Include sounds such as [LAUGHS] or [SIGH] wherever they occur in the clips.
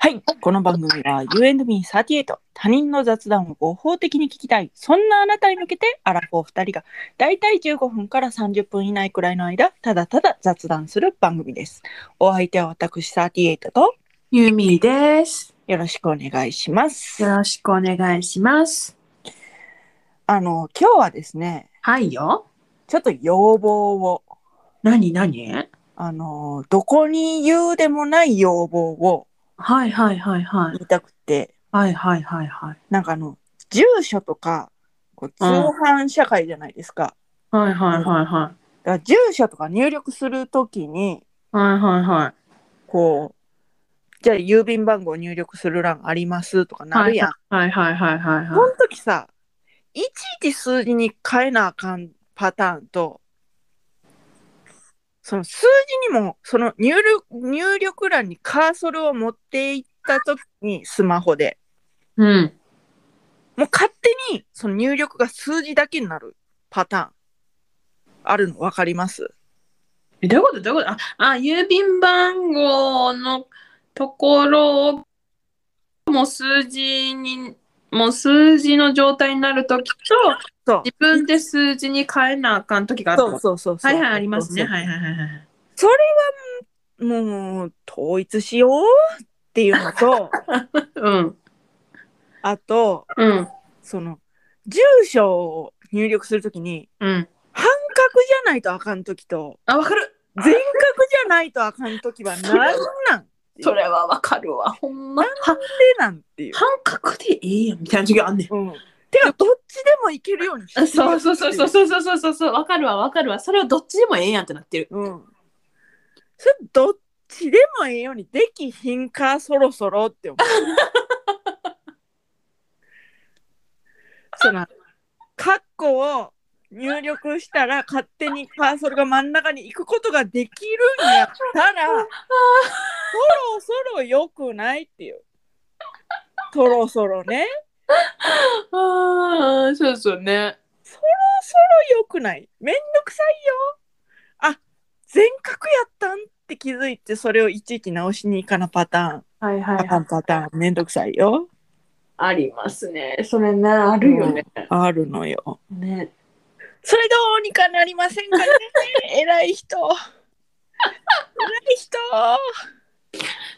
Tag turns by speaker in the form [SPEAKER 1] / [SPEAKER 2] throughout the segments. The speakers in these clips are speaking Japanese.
[SPEAKER 1] はい、この番組は You and me38 他人の雑談を合法的に聞きたいそんなあなたに向けてアラフォー2人がだいたい15分から30分以内くらいの間ただただ雑談する番組ですお相手は私38と
[SPEAKER 2] ゆみです。
[SPEAKER 1] よろしくお願いします
[SPEAKER 2] よろしくお願いします。
[SPEAKER 1] あの今日はですね
[SPEAKER 2] はいよ。
[SPEAKER 1] ちょっと要望を
[SPEAKER 2] なになに
[SPEAKER 1] あのどこに言うでもない要望を
[SPEAKER 2] はいはいはいは
[SPEAKER 1] 言
[SPEAKER 2] い。
[SPEAKER 1] いたくて
[SPEAKER 2] はいはいはいはい。
[SPEAKER 1] なんかあの住所とかこう通販社会じゃないですか、
[SPEAKER 2] はいはいはいはい。
[SPEAKER 1] だから住所とか入力するときに
[SPEAKER 2] はいはいはい。
[SPEAKER 1] こうじゃあ郵便番号入力する欄ありますとかなるやん、
[SPEAKER 2] はいはいはいはい
[SPEAKER 1] そ
[SPEAKER 2] はい。
[SPEAKER 1] の時さいちいち数字に変えなあかんパターンとその数字にもその入力入力欄にカーソルを持っていった時にスマホで
[SPEAKER 2] うん。
[SPEAKER 1] もう勝手にその入力が数字だけになるパターンあるの分かります
[SPEAKER 2] え、どういうことどういうことあ、あ、郵便番号のところを、もう数字に、もう数字の状態になるときと、
[SPEAKER 1] そう
[SPEAKER 2] 自分で数字に変えなあかんときがあるって
[SPEAKER 1] そう
[SPEAKER 2] こと
[SPEAKER 1] そうそうそう
[SPEAKER 2] はいはい、ありますね。
[SPEAKER 1] そうそう
[SPEAKER 2] はいはいはいはい。
[SPEAKER 1] それはもう統一しようっていうの
[SPEAKER 2] [LAUGHS]
[SPEAKER 1] と
[SPEAKER 2] うん。
[SPEAKER 1] あと
[SPEAKER 2] うん。
[SPEAKER 1] その住所を入力するときに
[SPEAKER 2] うん。
[SPEAKER 1] 半角じゃないとあかんときと
[SPEAKER 2] あ、わかる。
[SPEAKER 1] 全角じゃないとあかんときは何なん
[SPEAKER 2] それはわかるわ。ほんま。は
[SPEAKER 1] でなんっていう。
[SPEAKER 2] 半角でええやんみたいな時があんねん。
[SPEAKER 1] うん、てかどっちでもいけるようにして
[SPEAKER 2] あそうそうそうそうう、そうそうそうそうそうわかるわわかるわそれはどっちでもええやんってなってる
[SPEAKER 1] うん、それどっちでもええようにできひんかそろそろって思う。そのカッコを入力したら勝手にカーソルが真ん中に行くことができるんやった [LAUGHS] らそろそろよくないっていう。そろそろね。
[SPEAKER 2] ああそうそうね
[SPEAKER 1] よくない。めんどくさいよ。あ全角やったんって気づいてそれをいちいち直しに行かなパターン。
[SPEAKER 2] はいは
[SPEAKER 1] パターンパターンめんどくさいよ。
[SPEAKER 2] ありますねそれねあるよね、
[SPEAKER 1] あるのよ。
[SPEAKER 2] ね
[SPEAKER 1] それどうにかなりませんかね [LAUGHS] 偉い人。偉い人。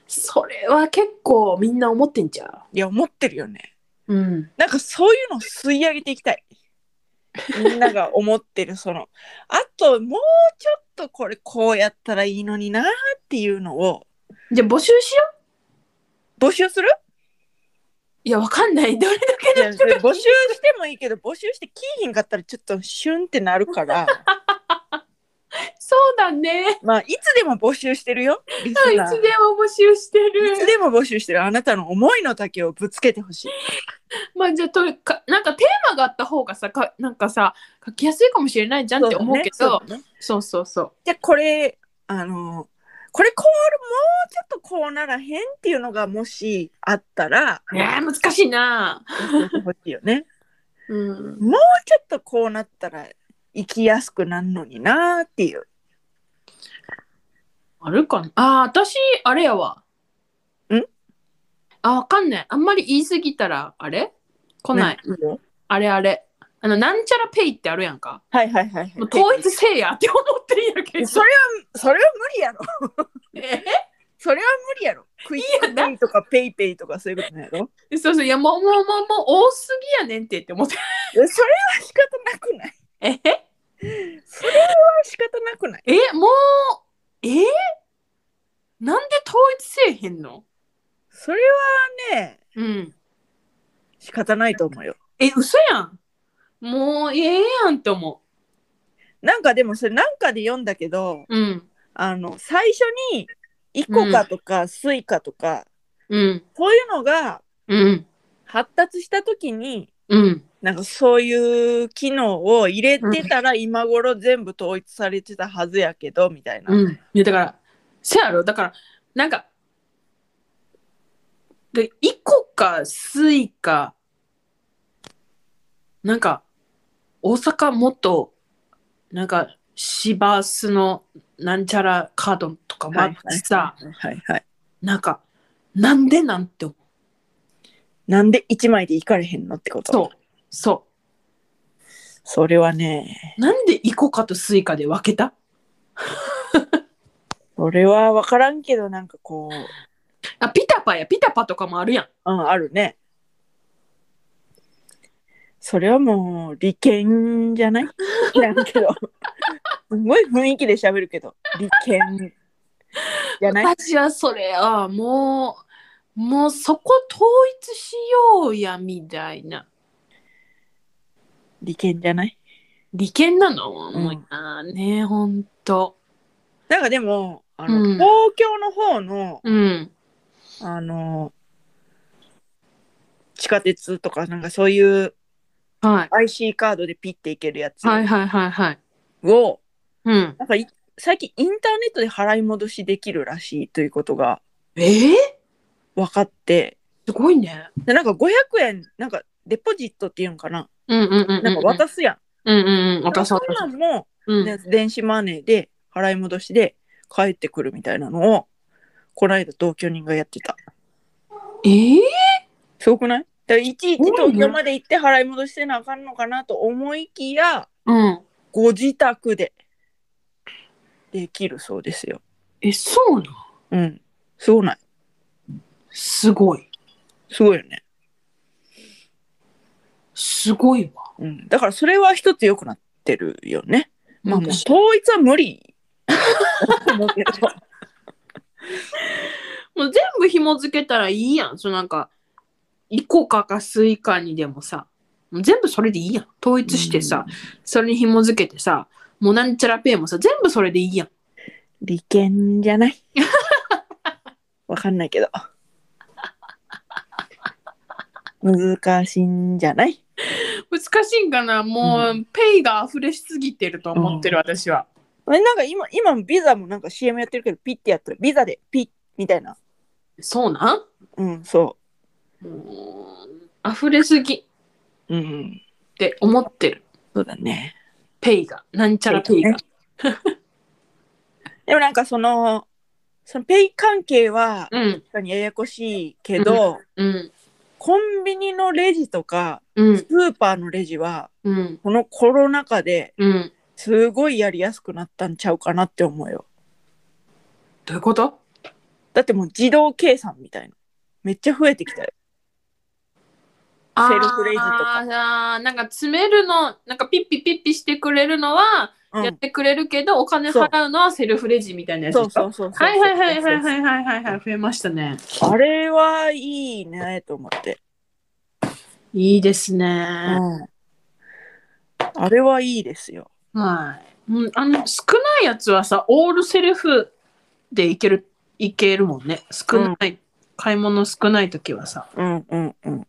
[SPEAKER 2] それは結構みんな思ってんじゃ
[SPEAKER 1] いや思ってるよね。
[SPEAKER 2] ううん
[SPEAKER 1] なんかそういうのを吸い上げていきたい。みんなが思ってるそのあともうちょっとこれこうやったらいいのになっていうのを
[SPEAKER 2] じゃあ募集しよう
[SPEAKER 1] 募集する
[SPEAKER 2] いやわかんないどれだ
[SPEAKER 1] い
[SPEAKER 2] けの
[SPEAKER 1] や
[SPEAKER 2] 人
[SPEAKER 1] それ
[SPEAKER 2] が
[SPEAKER 1] 募集してもいいけど募集して聞いひんかったらちょっとシュンってなるから
[SPEAKER 2] [LAUGHS] そうだね
[SPEAKER 1] まあいつでも募集してるよリ
[SPEAKER 2] い
[SPEAKER 1] ス
[SPEAKER 2] つ
[SPEAKER 1] ナー
[SPEAKER 2] でも募集して
[SPEAKER 1] いつ
[SPEAKER 2] る
[SPEAKER 1] でも募集してるあなたの思いの丈をぶつけてほしい
[SPEAKER 2] まあじゃあとりかなんかテーマがあった方がさかなんかさ書きやすいかもしれないじゃんって思うけ
[SPEAKER 1] そだ
[SPEAKER 2] ど
[SPEAKER 1] ねそうだね
[SPEAKER 2] そうそうそう。
[SPEAKER 1] じゃあこれあのこれこうもうちょっとこうならへんっていうのがもしあったら
[SPEAKER 2] えー、難しいな。
[SPEAKER 1] 教えてほしいよねも
[SPEAKER 2] うん。
[SPEAKER 1] うちょっとこうなったら生きやすくなるのになっていう
[SPEAKER 2] あるかな。あー、私、あれやわ。
[SPEAKER 1] ん
[SPEAKER 2] あ、わかんない。あんまり言い過ぎたら、あれ来ない。
[SPEAKER 1] ねいいよ
[SPEAKER 2] あれあれ。あの、なんちゃらペイってあるやんか。
[SPEAKER 1] はいはいはい、
[SPEAKER 2] もう
[SPEAKER 1] は
[SPEAKER 2] 統一せえやって思ってるんやけ
[SPEAKER 1] い、
[SPEAKER 2] ど。
[SPEAKER 1] それはそれは無理やろ
[SPEAKER 2] え
[SPEAKER 1] それは無理やろ。クイックペイとかペイペイとかそういうことなんやろ。
[SPEAKER 2] そうそう。いや、もう、もう、もう、もう、多すぎやねんってって思って。
[SPEAKER 1] いやそれは仕方なくない。
[SPEAKER 2] え
[SPEAKER 1] それは仕方なくない。
[SPEAKER 2] え、もう、えなんで統一せえへんの
[SPEAKER 1] それはね、
[SPEAKER 2] うん。
[SPEAKER 1] 仕方ないと思うよ。
[SPEAKER 2] え、嘘やん。もう、ええやんって思
[SPEAKER 1] なんかでもそれなんかで読んだけど、
[SPEAKER 2] う。うん。
[SPEAKER 1] あの最初にイコカとかスイカとか、
[SPEAKER 2] うん。
[SPEAKER 1] そういうのが
[SPEAKER 2] うん。
[SPEAKER 1] 発達した時に。
[SPEAKER 2] うん。
[SPEAKER 1] なんかそういう機能を入れてたら今頃全部統一されてたはずやけどみたいな、
[SPEAKER 2] うん。いや、だから、せやろだから、なんか、で、イコか、スイか、なんか、大阪もっと、なんか、市バスのなんちゃらカードとかもあってさ、
[SPEAKER 1] はいはいはいはい
[SPEAKER 2] なんか、なんでなんて思う。
[SPEAKER 1] なんで1枚でいかれへんのってこと
[SPEAKER 2] そう。そ
[SPEAKER 1] それはね
[SPEAKER 2] う。なんでイコカとスイカで分けた
[SPEAKER 1] それは分からんけどなんかこう
[SPEAKER 2] あ、ピタパや、ピタパとかもあるやん。
[SPEAKER 1] うんあるねそれはもう利権じゃない知らんけどすごい雰囲気で喋るけど利権じゃない
[SPEAKER 2] 私はそれはもう、もうそこ統一しようや、みたいな。
[SPEAKER 1] 利権じゃない
[SPEAKER 2] 利権なの、
[SPEAKER 1] ん
[SPEAKER 2] もうあーね、ほんと。
[SPEAKER 1] なんかでもあの、
[SPEAKER 2] うん
[SPEAKER 1] 東京の方の
[SPEAKER 2] うん。
[SPEAKER 1] あの地下鉄とかなんかそういう
[SPEAKER 2] はい。
[SPEAKER 1] IC カードでピッていけるやつを、
[SPEAKER 2] はいはいはいはい。うん。
[SPEAKER 1] なんかい最近インターネットで払い戻しできるらしいということが
[SPEAKER 2] えー、
[SPEAKER 1] 分かって
[SPEAKER 2] すごいね。
[SPEAKER 1] でなんか500円なんかデポジットっていうのかな
[SPEAKER 2] うんうんうんうん。
[SPEAKER 1] なんか渡すやん。
[SPEAKER 2] うんうんうん。渡す
[SPEAKER 1] そん
[SPEAKER 2] 渡す
[SPEAKER 1] なんも、
[SPEAKER 2] うん
[SPEAKER 1] ね電子マネーで払い戻しで返ってくるみたいなのをこの間同居人がやってた。
[SPEAKER 2] えー、
[SPEAKER 1] すごくないだからいちいち
[SPEAKER 2] すごいね
[SPEAKER 1] 東京まで行って払い戻しせなあかんのかなと思いきや
[SPEAKER 2] うん。
[SPEAKER 1] ご自宅でできるそうですよ。
[SPEAKER 2] え、そうな
[SPEAKER 1] う
[SPEAKER 2] ん
[SPEAKER 1] ん。すごない
[SPEAKER 2] すごい。
[SPEAKER 1] すごいよね。
[SPEAKER 2] すごいわ。
[SPEAKER 1] うん、だからそれは一つ良くなってるよね。まあもう
[SPEAKER 2] 私
[SPEAKER 1] 統一は無
[SPEAKER 2] [LAUGHS]
[SPEAKER 1] 理。思うけど
[SPEAKER 2] もう全部紐付けたらいいやん。そのなんか、イコカかスイカにでもさ、もう全部それでいいやん。統一してさ、それに紐付けてさ、もうなんちゃらペイもさ、全部それでいいやん。
[SPEAKER 1] 利権じゃない
[SPEAKER 2] [LAUGHS]
[SPEAKER 1] わかんないけど。難しいんじゃない
[SPEAKER 2] 難しいんかなもう、
[SPEAKER 1] う
[SPEAKER 2] ペイが溢れしすぎてると思ってる、私は。
[SPEAKER 1] あれなんか今、今ビザもなんか CM やってるけど、ピッてやったら、ビザでピッみたいな。
[SPEAKER 2] そうなん
[SPEAKER 1] うん、そ
[SPEAKER 2] うん溢れすぎっ
[SPEAKER 1] う。うん、
[SPEAKER 2] て思ってる。
[SPEAKER 1] そうだね。
[SPEAKER 2] ペイが。なんちゃらペイが。
[SPEAKER 1] でもなんかその、そのペイ関係は、
[SPEAKER 2] うん。
[SPEAKER 1] 確かにややこしいけど、
[SPEAKER 2] うん。
[SPEAKER 1] コンビニのレジとか、
[SPEAKER 2] うん
[SPEAKER 1] ス。ーパーのレジは、
[SPEAKER 2] うん。
[SPEAKER 1] このコロナ禍で
[SPEAKER 2] うん。
[SPEAKER 1] すごいやりやすくなったんちゃうかなって思うよ。
[SPEAKER 2] どういうこと
[SPEAKER 1] だってもう自動計算みたいな。めっちゃ増えてきたよ。セルフレジとか
[SPEAKER 2] あーあーなんか詰めるの、なんかピッピピッピしてくれるのは
[SPEAKER 1] うん
[SPEAKER 2] やってくれるけど、お金払うのはセルフレジみたいなやつ
[SPEAKER 1] そ
[SPEAKER 2] で
[SPEAKER 1] う
[SPEAKER 2] すか
[SPEAKER 1] そうそうそう。
[SPEAKER 2] はいはいはいはいはいはいはいはい、増えましたね。
[SPEAKER 1] あれはいいねと思って。
[SPEAKER 2] いいですね。
[SPEAKER 1] うん。あれはいいですよ。
[SPEAKER 2] はい。うん、あの、少ないやつはさ、オールセルフでいける、いけるもんね。少ない、買い物少ないときはさ。
[SPEAKER 1] うんうんうん。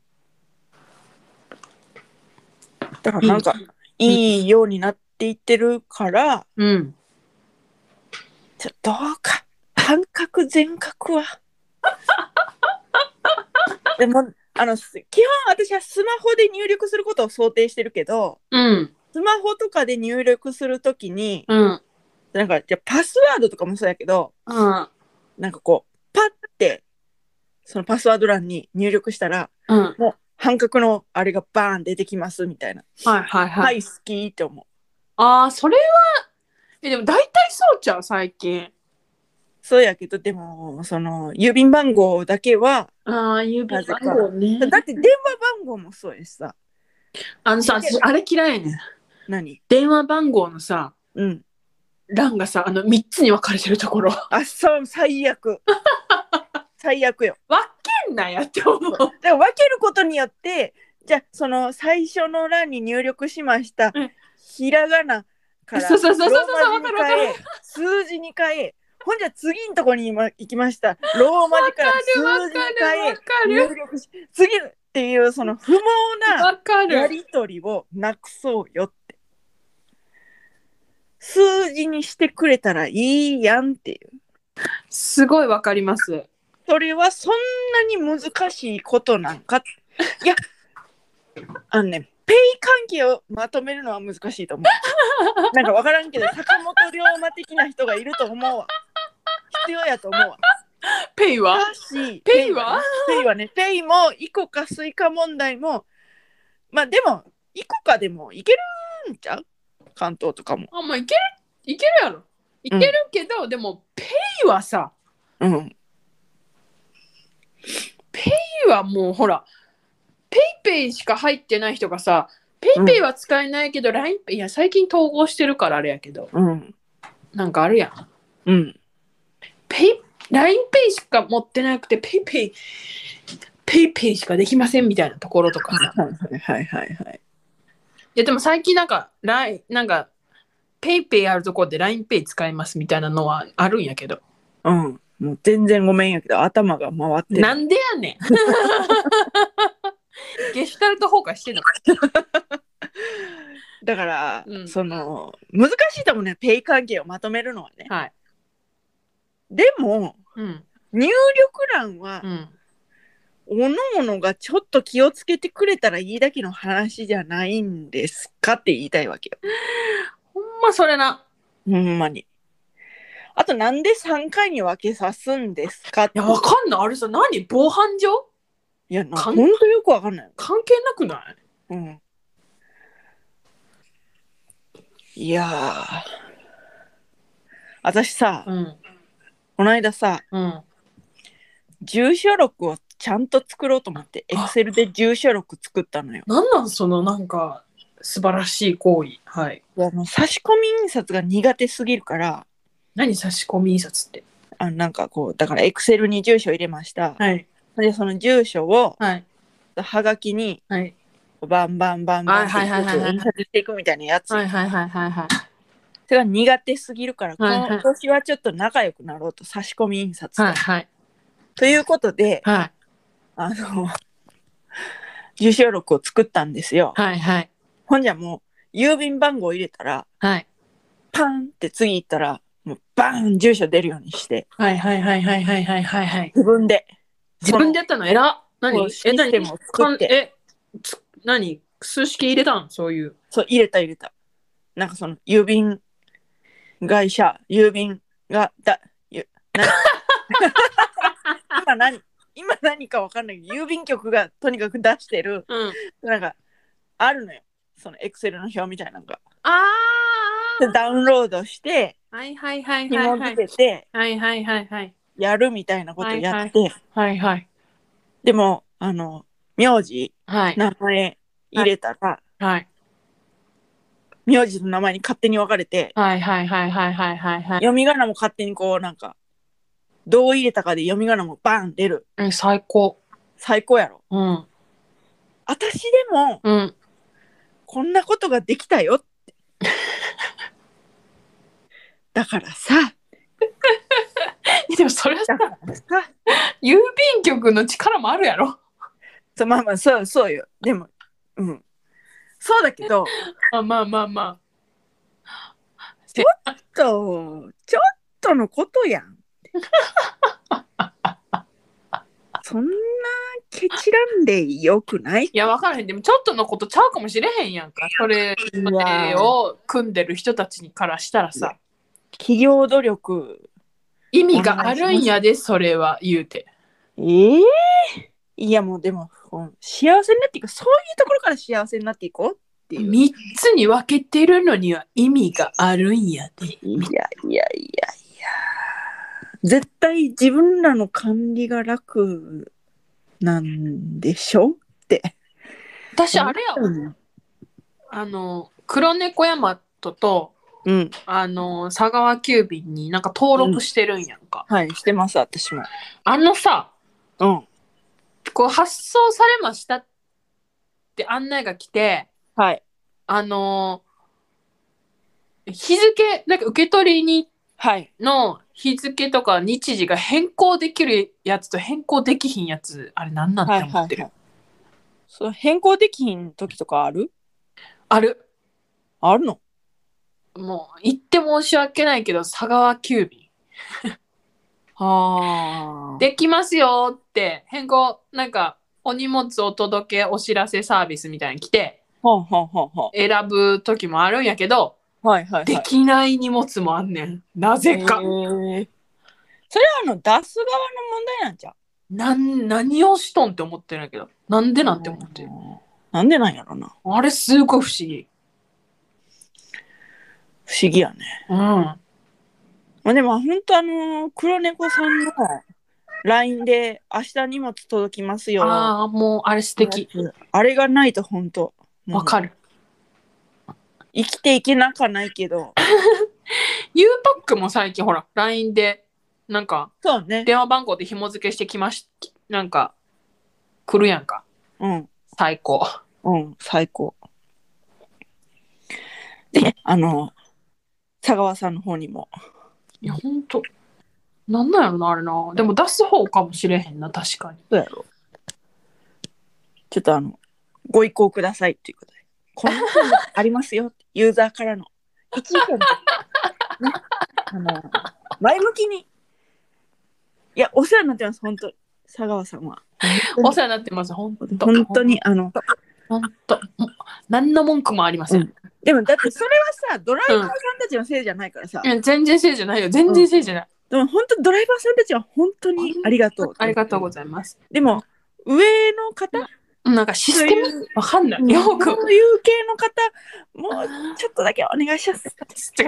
[SPEAKER 1] だからなんか、いいようになっていってるから、
[SPEAKER 2] うん。
[SPEAKER 1] ちょっとどうか、半角全角は。 [LAUGHS] でも、あの、す基本私はスマホで入力することを想定してるけど、
[SPEAKER 2] うん。
[SPEAKER 1] スマホとかで入力するときに、
[SPEAKER 2] うん。
[SPEAKER 1] なんか、じゃあパスワードとかもそうやけど、
[SPEAKER 2] うん。
[SPEAKER 1] なんかこう、パッて、そのパスワード欄に入力したら、
[SPEAKER 2] うん。はい
[SPEAKER 1] もう半角のあれがバーン出てきますみたいな。
[SPEAKER 2] はいはい。
[SPEAKER 1] はい、好きって思う。
[SPEAKER 2] ああ、それは、え、でも大体そうちゃう、最近。
[SPEAKER 1] そうやけど、でも、その、郵便番号だけは、
[SPEAKER 2] ああ、郵便
[SPEAKER 1] ぜか
[SPEAKER 2] 番号ね。
[SPEAKER 1] だって電話番号もそうやしさ、
[SPEAKER 2] あのさ、私あれ嫌いやねん。
[SPEAKER 1] 何
[SPEAKER 2] 電話番号のさ、
[SPEAKER 1] うん。
[SPEAKER 2] 欄がさ、あの3つに分かれてると
[SPEAKER 1] [LAUGHS]
[SPEAKER 2] ころ。分
[SPEAKER 1] あそう最
[SPEAKER 2] [LAUGHS]
[SPEAKER 1] 悪最悪よ
[SPEAKER 2] けんなやって思う。
[SPEAKER 1] だから分けることによってじゃあその最初の欄に入力しました、
[SPEAKER 2] うん
[SPEAKER 1] ひらがなから
[SPEAKER 2] そうそうそうそうそう
[SPEAKER 1] ローマ字に変え数字に変えほんじゃ次のとこに今行きましたローマ字から数
[SPEAKER 2] わ
[SPEAKER 1] 字に
[SPEAKER 2] かる
[SPEAKER 1] 変
[SPEAKER 2] わ
[SPEAKER 1] え
[SPEAKER 2] かる
[SPEAKER 1] 入力し次っていうその不毛な
[SPEAKER 2] わか
[SPEAKER 1] や
[SPEAKER 2] る。
[SPEAKER 1] り取りをなくそうよって数字にしてくれたらいいやんっていう
[SPEAKER 2] すごいわかります。
[SPEAKER 1] それはそんなに難しいことなんかいやあのねペイ関係をまとめるのは難しいと思うなんか分からんけど坂本龍馬的な人がいると思うわ必要やと思うわ
[SPEAKER 2] ペイは
[SPEAKER 1] だし
[SPEAKER 2] ペイは
[SPEAKER 1] ペイはねペイもイコカスイカ問題もまあでもイコカでもいけるんちゃう関東とかも
[SPEAKER 2] あ、まあ、いけるいけるやろ。いけるけど、でも、ペイはさ、
[SPEAKER 1] うん
[SPEAKER 2] ペイはもうほら、ペイペイしか入ってない人がさ、ペイペイは使えないけど、ラインペイ、いや、最近統合してるからあれやけど、
[SPEAKER 1] うん
[SPEAKER 2] なんかあるやん。
[SPEAKER 1] うん
[SPEAKER 2] ペイ、ラインペイしか持ってなくて、ペイペイ、ペイペイしかできませんみたいなところとかさ。
[SPEAKER 1] はいはいはいはい
[SPEAKER 2] いや、でも最近なんか、ラインなんか、ペイペイあるところでラインペイ使えますみたいなのはあるんやけど。
[SPEAKER 1] うんもう全然ごめんやけど頭が回ってる
[SPEAKER 2] なんでやねん。 [LAUGHS] ゲシュタルト崩壊してんのか。
[SPEAKER 1] だから、
[SPEAKER 2] うん
[SPEAKER 1] その難しいと思うねペイ関係をまとめるのはね
[SPEAKER 2] はい。
[SPEAKER 1] でも
[SPEAKER 2] うん。
[SPEAKER 1] 入力欄は
[SPEAKER 2] うん。
[SPEAKER 1] 各々がちょっと気をつけてくれたらいいだけの話じゃないんですかって言いたいわけよ
[SPEAKER 2] ほんまそれな。
[SPEAKER 1] ほんまにあとなんで3回に分けさすんですかって
[SPEAKER 2] いや、わかんない。あれさ、何防犯上
[SPEAKER 1] いやな
[SPEAKER 2] か
[SPEAKER 1] ほ
[SPEAKER 2] ん
[SPEAKER 1] んとよくわかんない、
[SPEAKER 2] 関係なくない
[SPEAKER 1] うん、いやー私さ
[SPEAKER 2] うん。
[SPEAKER 1] この間さ
[SPEAKER 2] うん。
[SPEAKER 1] 住所録をちゃんと作ろうと思ってエ
[SPEAKER 2] あ
[SPEAKER 1] クセルで住所録作ったのよ。
[SPEAKER 2] なんなんその、なんか、素晴らしい行為。はい。
[SPEAKER 1] あの差し込み印刷が苦手すぎるから
[SPEAKER 2] 何差し込み印刷って。
[SPEAKER 1] あなんかこうだからエクセルに住所入れました。
[SPEAKER 2] はい。
[SPEAKER 1] でその住所を
[SPEAKER 2] はい。
[SPEAKER 1] はがきに
[SPEAKER 2] はい。
[SPEAKER 1] バンバンバンバンって
[SPEAKER 2] はいはいはいはいはい
[SPEAKER 1] 印刷していくみたいなやつ。
[SPEAKER 2] はいはいはいはいはい。
[SPEAKER 1] それが苦手すぎるから
[SPEAKER 2] はいはい
[SPEAKER 1] 今年はちょっと仲良くなろうと差し込み印刷と。
[SPEAKER 2] はいはい。
[SPEAKER 1] ということで
[SPEAKER 2] はい。
[SPEAKER 1] あの住所録を作ったんですよ。
[SPEAKER 2] はいはい。
[SPEAKER 1] ほんじゃもう郵便番号入れたら
[SPEAKER 2] はい。
[SPEAKER 1] パンって次行ったら、もうバーン住所出るようにして、
[SPEAKER 2] はいはいはいはいはいはいはいはい。
[SPEAKER 1] 自分で。
[SPEAKER 2] 自分でやったの偉っ。
[SPEAKER 1] そう
[SPEAKER 2] 何え、何
[SPEAKER 1] システムを作って
[SPEAKER 2] かんえ、つ何数式入れたんそういう。
[SPEAKER 1] そのそう、入れた入れた。なんかその、郵便会社、郵便が、だ、ゆ、な今何今何かわかんないけど、郵便局がとにかく出してる、
[SPEAKER 2] うん。
[SPEAKER 1] なんか、あるのよ。その、エクセルの表みたいなのが。
[SPEAKER 2] あ
[SPEAKER 1] でダウンロードして、
[SPEAKER 2] あはいはいはいは
[SPEAKER 1] 紐
[SPEAKER 2] いは
[SPEAKER 1] 付
[SPEAKER 2] い。
[SPEAKER 1] けて、
[SPEAKER 2] はいはいはいはい。
[SPEAKER 1] やるみたいなことをやって、
[SPEAKER 2] はいはい。
[SPEAKER 1] でも、あの、名字、
[SPEAKER 2] はい。
[SPEAKER 1] 名前入れたら、
[SPEAKER 2] はい。
[SPEAKER 1] 名字と名前に勝手に分かれて
[SPEAKER 2] はいはいはいはいはいはいはい。
[SPEAKER 1] 読み仮名も勝手にこうなんかどう入れたかで読み仮名もバン出る
[SPEAKER 2] うん最高。
[SPEAKER 1] 最高やろ
[SPEAKER 2] うん。
[SPEAKER 1] 私でも
[SPEAKER 2] うん。
[SPEAKER 1] こんなことができたよって [LAUGHS] だからさ
[SPEAKER 2] でもそれはさ
[SPEAKER 1] だからさ
[SPEAKER 2] 郵便局の力もあるやろ。
[SPEAKER 1] そうまあまあそうそうよでもうんそうだけど
[SPEAKER 2] まあまあまあまあ。せ
[SPEAKER 1] そうちょっとのことやんそんなケチらんでよくない
[SPEAKER 2] いや分からへんでもちょっとのことちゃうかもしれへんやんかそれ
[SPEAKER 1] うわ
[SPEAKER 2] を組んでる人たちにからしたらさ
[SPEAKER 1] 企業努力
[SPEAKER 2] 意味があるんやでそれは言うて
[SPEAKER 1] ええいやもうでもこう幸せになっていくそういうところから幸せになっていこうっていう。
[SPEAKER 2] 3つに分けてるのには意味があるんやで
[SPEAKER 1] いやいやいやいや絶対自分らの管理が楽なんでしょって。
[SPEAKER 2] 私あれやわ
[SPEAKER 1] うん。
[SPEAKER 2] あの黒猫ヤマトと
[SPEAKER 1] うん、
[SPEAKER 2] あの佐川急便になんか登録してるんやんか、
[SPEAKER 1] はいしてます私も。
[SPEAKER 2] あのさ
[SPEAKER 1] うん。
[SPEAKER 2] こう発送されましたって案内が来て
[SPEAKER 1] はい。
[SPEAKER 2] あの日付なんか受け取りに
[SPEAKER 1] はい。
[SPEAKER 2] の日付とか日時が変更できるやつと変更できひんやつあれなんなんて
[SPEAKER 1] は
[SPEAKER 2] 思
[SPEAKER 1] い
[SPEAKER 2] ってる、
[SPEAKER 1] はい、はい。そう変更できひん時とかある
[SPEAKER 2] ある
[SPEAKER 1] あるの
[SPEAKER 2] もう言って申し訳ないけど佐川急便
[SPEAKER 1] はあ。で、
[SPEAKER 2] できますよって変更なんかお荷物お届けお知らせサービスみたいに来て
[SPEAKER 1] はあはあはあは
[SPEAKER 2] 選ぶ時もあるんやけど、
[SPEAKER 1] あ。はいはいはい。
[SPEAKER 2] できない荷物もあんねんなぜか、
[SPEAKER 1] へーそれはあの出す側の問題なんじゃう
[SPEAKER 2] なん何をしとんって思ってるんやけどなんでなんて思ってる
[SPEAKER 1] なんでなんやろな
[SPEAKER 2] あれすごい不思議
[SPEAKER 1] 不思議やね
[SPEAKER 2] うん
[SPEAKER 1] まあでも本当あの黒猫さんの LINE で「明日荷物届きますよ」
[SPEAKER 2] ああもうあれ素敵
[SPEAKER 1] あれがないと本当
[SPEAKER 2] わか
[SPEAKER 1] る
[SPEAKER 2] る
[SPEAKER 1] 生きていけなかないけど
[SPEAKER 2] ゆうパックも最近ほら LINE でなんか
[SPEAKER 1] そうね
[SPEAKER 2] 電話番号で紐付けしてきましなんか来るやんか
[SPEAKER 1] うん
[SPEAKER 2] 最高
[SPEAKER 1] うん最高であの佐川さんの方にも
[SPEAKER 2] いやほんとなんなんやろなあれなでも出す方かもしれへんな確かに
[SPEAKER 1] どうやろちょっとあのご意向くださいっていうことでこんな本がありますよってユーザーからの一意見で、ね、あの前向きにいやお世話になってます本当佐川さんは
[SPEAKER 2] お世話になってますほんと
[SPEAKER 1] 本当にあの
[SPEAKER 2] ほんともう何の文句もありません、
[SPEAKER 1] でもだってそれはさドライバーさんたちのせいじゃないからさ、
[SPEAKER 2] いや全然せいじゃないよ全然せいじゃない、
[SPEAKER 1] でも本当ドライバーさんたちは本当にありがとう
[SPEAKER 2] ありがとうございます
[SPEAKER 1] でも上の方
[SPEAKER 2] なんかシステムわかんないよく
[SPEAKER 1] そういう系の方もうちょっとだけお願いします
[SPEAKER 2] 違
[SPEAKER 1] お
[SPEAKER 2] う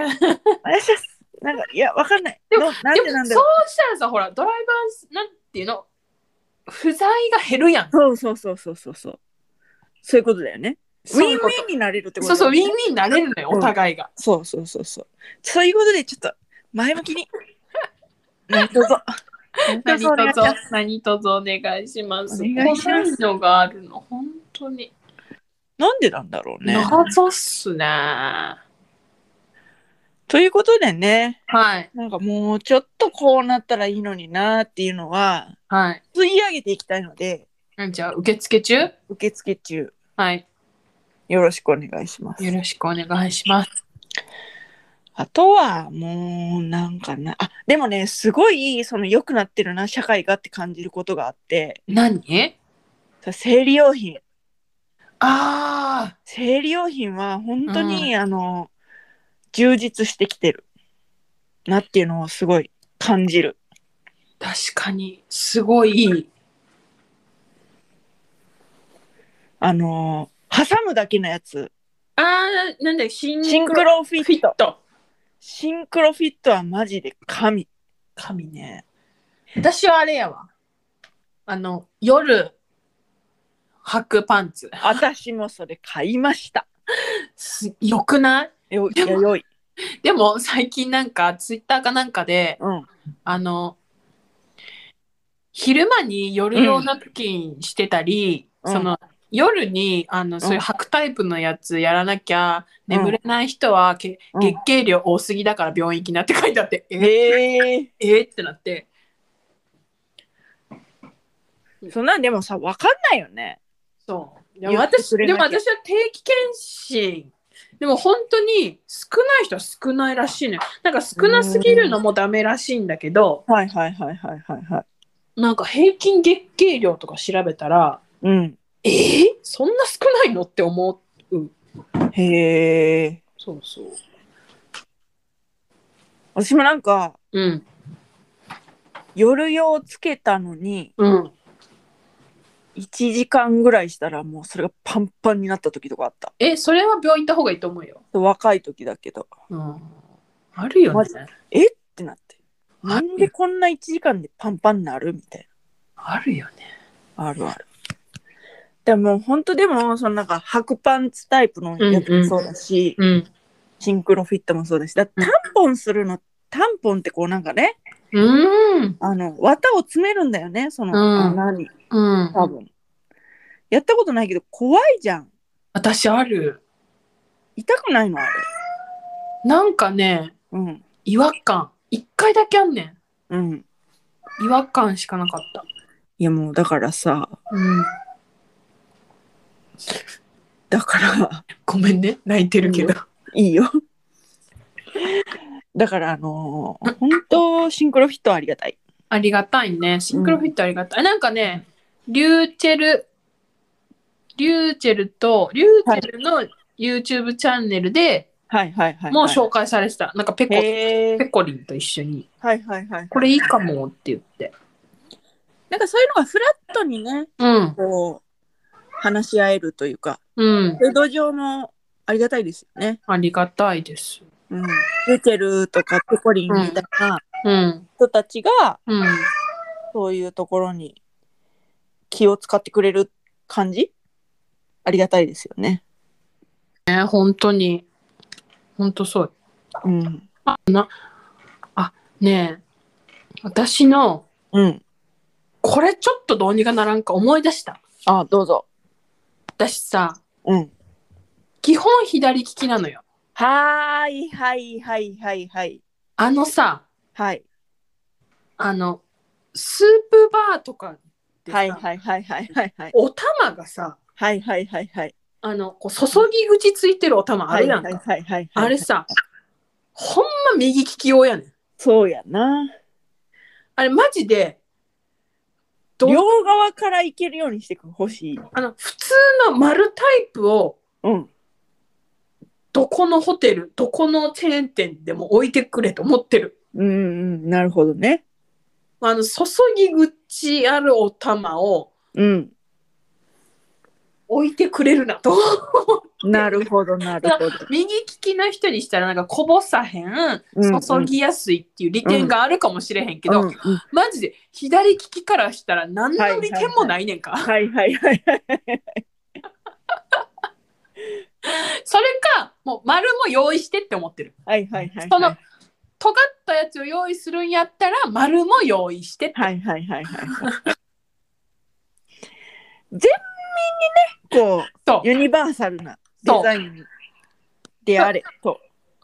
[SPEAKER 1] 願いします。なんか、いや、わかんない。
[SPEAKER 2] でも
[SPEAKER 1] のなんで
[SPEAKER 2] で
[SPEAKER 1] な
[SPEAKER 2] も
[SPEAKER 1] んだ
[SPEAKER 2] そう
[SPEAKER 1] ろ
[SPEAKER 2] したらさほらドライバーなんていうの不在が減るやん
[SPEAKER 1] う。そうそうそうそうそうそう。そういうことだよね。ウィ
[SPEAKER 2] そうい
[SPEAKER 1] ンウ
[SPEAKER 2] うこと
[SPEAKER 1] ィンになれるってこと
[SPEAKER 2] そうそうウィンウ
[SPEAKER 1] ン。
[SPEAKER 2] ィンになれるのよ
[SPEAKER 1] うん
[SPEAKER 2] お互いが
[SPEAKER 1] そうそうそうそう。そういうことで、ちょっと前向き
[SPEAKER 2] [LAUGHS]
[SPEAKER 1] に。何卒
[SPEAKER 2] 何
[SPEAKER 1] 何卒お願いし
[SPEAKER 2] 卒
[SPEAKER 1] ます
[SPEAKER 2] 何卒お
[SPEAKER 1] お
[SPEAKER 2] 願いします
[SPEAKER 1] 願いします
[SPEAKER 2] こういうのがあるの本当に
[SPEAKER 1] なんでなんだろうね。
[SPEAKER 2] 謎っすねは
[SPEAKER 1] ということでね、
[SPEAKER 2] い
[SPEAKER 1] なんかもうちょっとこうなったらいいのになっていうのは、
[SPEAKER 2] はい
[SPEAKER 1] 吸い上げていきたいので、
[SPEAKER 2] なんじゃあ受付中
[SPEAKER 1] 受付中、
[SPEAKER 2] はい
[SPEAKER 1] よろしくお願いします。
[SPEAKER 2] よろしくお願いします
[SPEAKER 1] あとはもうなんかなあでもねすごいその良くなってるな社会がって感じることがあって
[SPEAKER 2] 何
[SPEAKER 1] さ生理用品
[SPEAKER 2] あ
[SPEAKER 1] 生理用品は本当に、あの充実してきてるなっていうのをすごい感じる
[SPEAKER 2] ー確かにすごいいい
[SPEAKER 1] あの挟むだけのやつ
[SPEAKER 2] あーなんだよシン
[SPEAKER 1] シンクロフィ
[SPEAKER 2] フィ
[SPEAKER 1] ッ
[SPEAKER 2] ッ
[SPEAKER 1] ト
[SPEAKER 2] ト
[SPEAKER 1] シンクロフィットはマジで神
[SPEAKER 2] 神ね私はあれやわあの夜履くパンツ
[SPEAKER 1] 私もそれ買いました
[SPEAKER 2] すよくない
[SPEAKER 1] よい
[SPEAKER 2] で
[SPEAKER 1] や
[SPEAKER 2] も
[SPEAKER 1] よい
[SPEAKER 2] でも最近なんかツイッターかなんかで
[SPEAKER 1] うん
[SPEAKER 2] あの昼間に夜用ナプキンしてたり、
[SPEAKER 1] うん
[SPEAKER 2] その夜にあのそういう履くタイプのやつやらなきゃ、眠れない人はけ
[SPEAKER 1] うん
[SPEAKER 2] 月経量多すぎだから病院行きなって書いてあって、え
[SPEAKER 1] へえ
[SPEAKER 2] えってなって
[SPEAKER 1] そんなんでもさわかんないよね
[SPEAKER 2] そう。で
[SPEAKER 1] 言
[SPEAKER 2] も
[SPEAKER 1] って
[SPEAKER 2] 私
[SPEAKER 1] くれ
[SPEAKER 2] で
[SPEAKER 1] なき
[SPEAKER 2] も
[SPEAKER 1] ゃ
[SPEAKER 2] 私は定期検診。でも本当に少ない人は少ないらしいね。なんか少なすぎるのもダメらしいんだけど、
[SPEAKER 1] はいはいはいはいはいはい
[SPEAKER 2] なんか平均月経量とか調べたら、
[SPEAKER 1] うん
[SPEAKER 2] えー、そんな少ないのって思う。
[SPEAKER 1] へえ。
[SPEAKER 2] そうそう。
[SPEAKER 1] 私もなんか
[SPEAKER 2] うん。
[SPEAKER 1] 夜用つけたのに
[SPEAKER 2] うん。
[SPEAKER 1] 1時間ぐらいしたらもうそれがパンパンになった時とかあった。
[SPEAKER 2] え、それは病院行った方がいいと思うよ。
[SPEAKER 1] 若い時だけど。っ
[SPEAKER 2] うん。あるよ
[SPEAKER 1] マジ
[SPEAKER 2] ね。
[SPEAKER 1] てなって。
[SPEAKER 2] あ
[SPEAKER 1] なんでこんな1時間でパンパンになるみたい
[SPEAKER 2] あるよね。
[SPEAKER 1] な。あるある。でも本当でもそのなんか白パンツタイプのやつもそうだし、
[SPEAKER 2] うん。
[SPEAKER 1] シンクロフィットもそうだし、だからタンポンするの、タンポンってこうなんかね、
[SPEAKER 2] うん。
[SPEAKER 1] あの、綿を詰めるんだよね、その
[SPEAKER 2] うん
[SPEAKER 1] 穴に、
[SPEAKER 2] うん。
[SPEAKER 1] 多分。やったことないけど怖いじゃん。
[SPEAKER 2] 私ある。
[SPEAKER 1] 痛くないのあれ。
[SPEAKER 2] なんかね、
[SPEAKER 1] うん。
[SPEAKER 2] 違和感。一回だけあんねん。
[SPEAKER 1] うん。
[SPEAKER 2] 違和感しかなかった。
[SPEAKER 1] いやもうだからさ、
[SPEAKER 2] うん。
[SPEAKER 1] だから、 [LAUGHS]
[SPEAKER 2] ごめんね、泣いてるけど。
[SPEAKER 1] いいよ。 [LAUGHS] だからあのー本当シンクロフィットはありがたい。
[SPEAKER 2] ありがたいね。シンクロフィットありがたい。なんかね、リューチェル、リューチェルと、リューチェルの YouTube チャンネルで、
[SPEAKER 1] はいはいはい。
[SPEAKER 2] もう紹介されてた。なんかペコ、ペ
[SPEAKER 1] へー
[SPEAKER 2] コリンと一緒に、
[SPEAKER 1] はいはいはい。
[SPEAKER 2] これいいかもって言って。
[SPEAKER 1] なんかそういうのがフラットにね、
[SPEAKER 2] うん、
[SPEAKER 1] こう、話し合えるというか、
[SPEAKER 2] うん、
[SPEAKER 1] 江戸上もありがたいですよね。
[SPEAKER 2] ありがたいです。
[SPEAKER 1] うん。ルチェルとかペコリンみたいな
[SPEAKER 2] うん、
[SPEAKER 1] 人たちが、
[SPEAKER 2] うん、
[SPEAKER 1] そういうところに気を使ってくれる感じありがたいですよね。
[SPEAKER 2] ね、本当に、本当そう。
[SPEAKER 1] うん。
[SPEAKER 2] ねえ、私の、
[SPEAKER 1] うん。
[SPEAKER 2] これちょっとどうにかならんか思い出した。
[SPEAKER 1] あ、どうぞ。
[SPEAKER 2] 私さ、
[SPEAKER 1] うん。
[SPEAKER 2] 基本左利きなのよ。
[SPEAKER 1] はーいはいはいはいはい。
[SPEAKER 2] あのさ、
[SPEAKER 1] はい。
[SPEAKER 2] あの、スープバーとかでさ、
[SPEAKER 1] はいはいはいはいはいはい。
[SPEAKER 2] お玉がさ、
[SPEAKER 1] はいはいはいはい。
[SPEAKER 2] あの、こう注ぎ口ついてるお玉あるやんか。
[SPEAKER 1] はいはいはいはい。
[SPEAKER 2] あれさ、ほんま右利き用やねん。
[SPEAKER 1] そうやな。
[SPEAKER 2] あれマジで、どう
[SPEAKER 1] 両側から行けるようにしてほしい。
[SPEAKER 2] あの、普通の丸タイプを、
[SPEAKER 1] うん。
[SPEAKER 2] どこのホテル、どこのチェーン店でも置いてくれと思ってる。
[SPEAKER 1] うんうん、なるほどね。
[SPEAKER 2] あの、注ぎ口あるお玉を
[SPEAKER 1] うん。
[SPEAKER 2] 置いてくれるなと。
[SPEAKER 1] なるほど、なるほど。
[SPEAKER 2] 右利きの人にしたらなんかこぼさへん、
[SPEAKER 1] うん
[SPEAKER 2] 注ぎやすいっていう利点があるかもしれへんけど、
[SPEAKER 1] うんうん
[SPEAKER 2] マジで左利きからしたら何の利点もないねんか。
[SPEAKER 1] はいはいはいはい。
[SPEAKER 2] それか、もう丸も用意してって思ってる。
[SPEAKER 1] はいはいはい。
[SPEAKER 2] その尖ったやつを用意するんやったら丸も用意してって。
[SPEAKER 1] はいはいはいはいはい。全面にね、こ、
[SPEAKER 2] そう
[SPEAKER 1] ユニバーサルなデザインであれと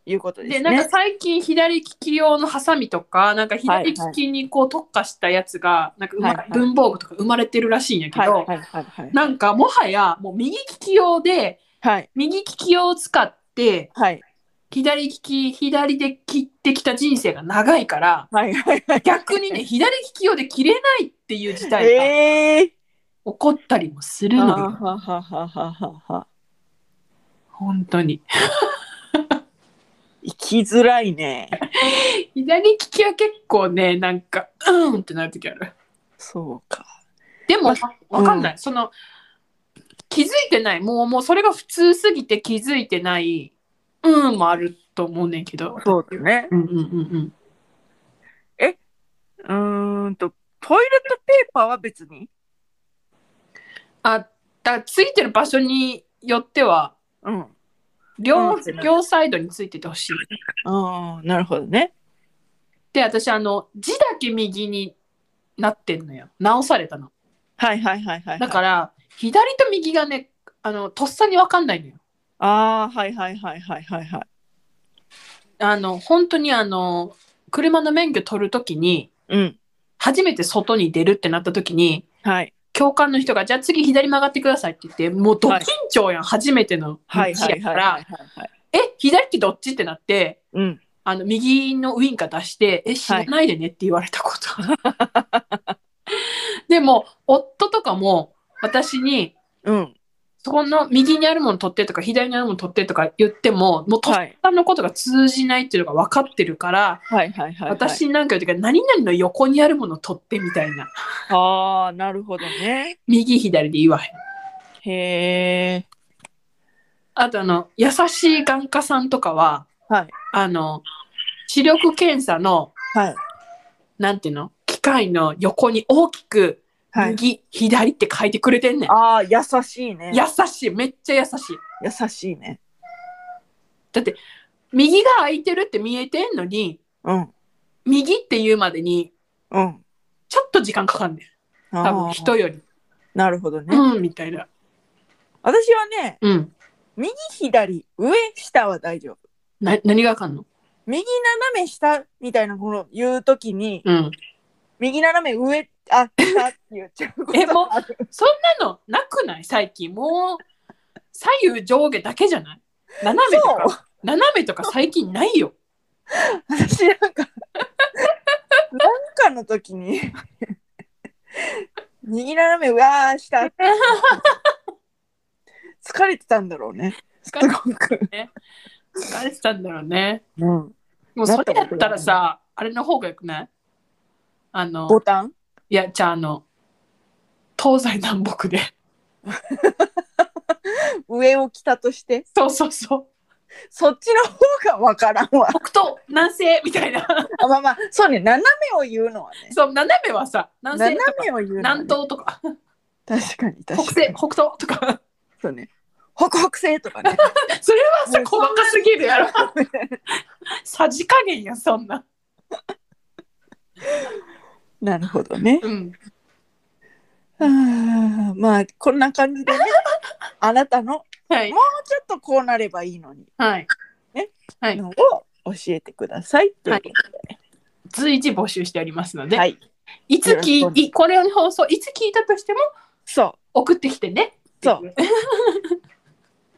[SPEAKER 1] いうことで
[SPEAKER 2] で、
[SPEAKER 1] す
[SPEAKER 2] なんか
[SPEAKER 1] ね。
[SPEAKER 2] 最近左利き用のハサミとか、なんか左利きにこう特化したやつが、なんかうま
[SPEAKER 1] はいはい
[SPEAKER 2] 文房具とか生まれてるらしいんやけ
[SPEAKER 1] はい
[SPEAKER 2] ど、
[SPEAKER 1] はいはいはい。
[SPEAKER 2] なんかもはやもう右利き用で、
[SPEAKER 1] はい
[SPEAKER 2] 右利き用を使って、
[SPEAKER 1] はい
[SPEAKER 2] 左利き、左で切ってきた人生が長いから、
[SPEAKER 1] はいはいはい。[LAUGHS]
[SPEAKER 2] 逆にね、左利き用で切れないっていう事態が
[SPEAKER 1] ええ
[SPEAKER 2] 起こったりもする
[SPEAKER 1] ー。
[SPEAKER 2] の
[SPEAKER 1] は
[SPEAKER 2] よ。
[SPEAKER 1] はははははは。
[SPEAKER 2] 本当に。
[SPEAKER 1] 生きづらいね。
[SPEAKER 2] 左利きは結構ね、なんか、うーんってなる時ある。
[SPEAKER 1] そうか。
[SPEAKER 2] でも、
[SPEAKER 1] ま
[SPEAKER 2] わかんない。その、気づいてない。もう、もうそれが普通すぎて気づいてない、うんもあると思うねんけど。
[SPEAKER 1] そうだね。
[SPEAKER 2] うんうんうん
[SPEAKER 1] うーんと、トイレットペーパーは別に。
[SPEAKER 2] あ、だからついてる場所によっては、
[SPEAKER 1] うん。
[SPEAKER 2] 両、
[SPEAKER 1] うん
[SPEAKER 2] 両サイドについててほしい。
[SPEAKER 1] ああ、なるほどね。
[SPEAKER 2] で、私、あの、字だけ右になってんのよ。直されたの。
[SPEAKER 1] はいはいはいはいはい。
[SPEAKER 2] だから、左と右がね、あの、とっさにわかんないのよ。
[SPEAKER 1] ああ、はいはいはいはいはいはい。
[SPEAKER 2] あの、本当にあの、車の免許取るときに、
[SPEAKER 1] うん。
[SPEAKER 2] 初めて外に出るってなったときに、
[SPEAKER 1] はい。
[SPEAKER 2] 教官の人が、じゃあ次左曲がってくださいって言って、もうド緊張やん、初めての
[SPEAKER 1] はい
[SPEAKER 2] 道
[SPEAKER 1] は
[SPEAKER 2] や
[SPEAKER 1] いは
[SPEAKER 2] か
[SPEAKER 1] いはいはい
[SPEAKER 2] ら、え、左ってどっちってなって、
[SPEAKER 1] うん。
[SPEAKER 2] あの、右のウインカー出して、え、死なないでねって言われたこと。でも、夫とかも、私に、
[SPEAKER 1] うん。
[SPEAKER 2] そこの右にあるもの取ってとか、左にあるもの取ってとか言っても、もうとっ
[SPEAKER 1] はい。
[SPEAKER 2] さのことが通じないっていうのが分かってるから、
[SPEAKER 1] はいはいはい。
[SPEAKER 2] 私。なんか言う時は何々の横にあるもの取ってみたいな。
[SPEAKER 1] ああ、なるほどね。
[SPEAKER 2] 右左で言わへん。
[SPEAKER 1] へえ。
[SPEAKER 2] あとあの、優しい眼科さんとかは、
[SPEAKER 1] はい。
[SPEAKER 2] あの、視力検査の、
[SPEAKER 1] はい。
[SPEAKER 2] なんていうの機械の横に大きく、
[SPEAKER 1] はい。
[SPEAKER 2] 右、左って書いてくれてんねん。
[SPEAKER 1] ああ、優しいね。
[SPEAKER 2] 優しい。めっちゃ優しい。
[SPEAKER 1] 優しいね。
[SPEAKER 2] だって、右が空いてるって見えてんのに、
[SPEAKER 1] うん。
[SPEAKER 2] 右って言うまでに、
[SPEAKER 1] うん。
[SPEAKER 2] ちょっと時間かかんねん。多
[SPEAKER 1] あ
[SPEAKER 2] 分
[SPEAKER 1] あ
[SPEAKER 2] 人より。
[SPEAKER 1] なるほどね。
[SPEAKER 2] うん、みたいな。
[SPEAKER 1] 私はね、
[SPEAKER 2] うん。
[SPEAKER 1] 右左上下は大丈夫。
[SPEAKER 2] な、何があかんの
[SPEAKER 1] 右斜め下みたいなこの言うときに、
[SPEAKER 2] うん。
[SPEAKER 1] 右斜め上あ下って言っちゃうこと
[SPEAKER 2] えもう
[SPEAKER 1] ある
[SPEAKER 2] そんなのなくない最近。もう、左右上下だけじゃない斜めと
[SPEAKER 1] そう
[SPEAKER 2] か、斜めとか最近ないよ。
[SPEAKER 1] 私なんかなんかの時に右斜め上あ下って疲れてたんだろうね。
[SPEAKER 2] 疲れて
[SPEAKER 1] すごく
[SPEAKER 2] ね。誰したんだろうね。
[SPEAKER 1] うん、
[SPEAKER 2] もうそれだったらさ、あれの方がよくないあの、
[SPEAKER 1] ボタン
[SPEAKER 2] いや、じゃああの、東西南北で。
[SPEAKER 1] 上を着たとして
[SPEAKER 2] そうそうそう。
[SPEAKER 1] そっちの方がわからんわ
[SPEAKER 2] 北東、南西みたいな。
[SPEAKER 1] あまあまあそうね斜めを言うのはね
[SPEAKER 2] そう、斜めはさ、
[SPEAKER 1] 斜
[SPEAKER 2] 南西とか、
[SPEAKER 1] めを言うの、ね、
[SPEAKER 2] 南東とか、
[SPEAKER 1] 確かに
[SPEAKER 2] 北
[SPEAKER 1] 確か
[SPEAKER 2] 西、
[SPEAKER 1] に
[SPEAKER 2] 北東とか。 [LAUGHS]
[SPEAKER 1] そうね北北西とかね
[SPEAKER 2] それはさ、
[SPEAKER 1] もう
[SPEAKER 2] 細かすぎるやろ。さじ加減や、そんな。
[SPEAKER 1] [LAUGHS] なるほどね
[SPEAKER 2] うん。
[SPEAKER 1] あー [LAUGHS] まあこんな感じでねあなたのも
[SPEAKER 2] はい。
[SPEAKER 1] うちょっとこうなればいいのに
[SPEAKER 2] はい。はい
[SPEAKER 1] のを教えてくださいというこ
[SPEAKER 2] 随時募集しておりますの
[SPEAKER 1] とで
[SPEAKER 2] で、、
[SPEAKER 1] はいい
[SPEAKER 2] つ聞いいこれの放送、いつ聞いたとしても
[SPEAKER 1] そ
[SPEAKER 2] 送ってきてね。
[SPEAKER 1] うそう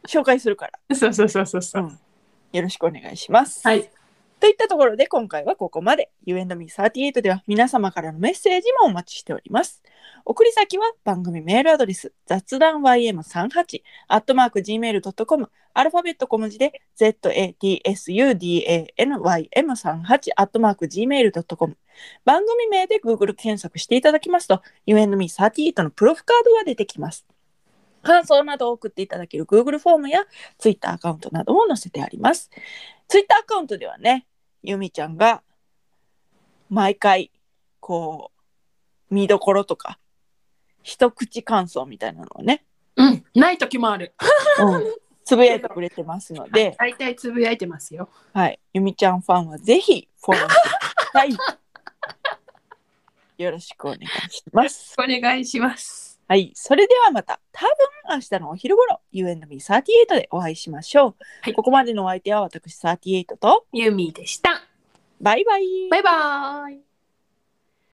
[SPEAKER 1] 紹介するから
[SPEAKER 2] そうそうそうそうそう。
[SPEAKER 1] よろしくお願いします
[SPEAKER 2] はい。
[SPEAKER 1] といったところで今回はここまで U&Me38 では皆様からのメッセージもお待ちしております送り先は番組メールアドレス雑談 ym38 アットマーク gmail.com アルファベット小文字で zatsudanym38 アットマーク gmail.com 番組名で Google 検索していただきますと U&Me38 のプロフカードが出てきます感想などを送っていただける Google フォームや Twitter アカウントなども載せてあります Twitter アカウントではねゆみちゃんが毎回こう見どころとか一口感想みたいなのをね、
[SPEAKER 2] うん。ない時もある。
[SPEAKER 1] つぶやいてくれてますので、
[SPEAKER 2] 大体つぶやいてますよ。
[SPEAKER 1] はい、ゆみちゃんファンはぜひフォローしてください。 [LAUGHS] よろしくお願いします。
[SPEAKER 2] お願いします。
[SPEAKER 1] はい、それではまた多分明日のお昼頃 U&Me38 でお会いしましょう。
[SPEAKER 2] はい
[SPEAKER 1] ここまでのお相手は私38と
[SPEAKER 2] ユミでした。
[SPEAKER 1] バイバイ。
[SPEAKER 2] バイバーイ。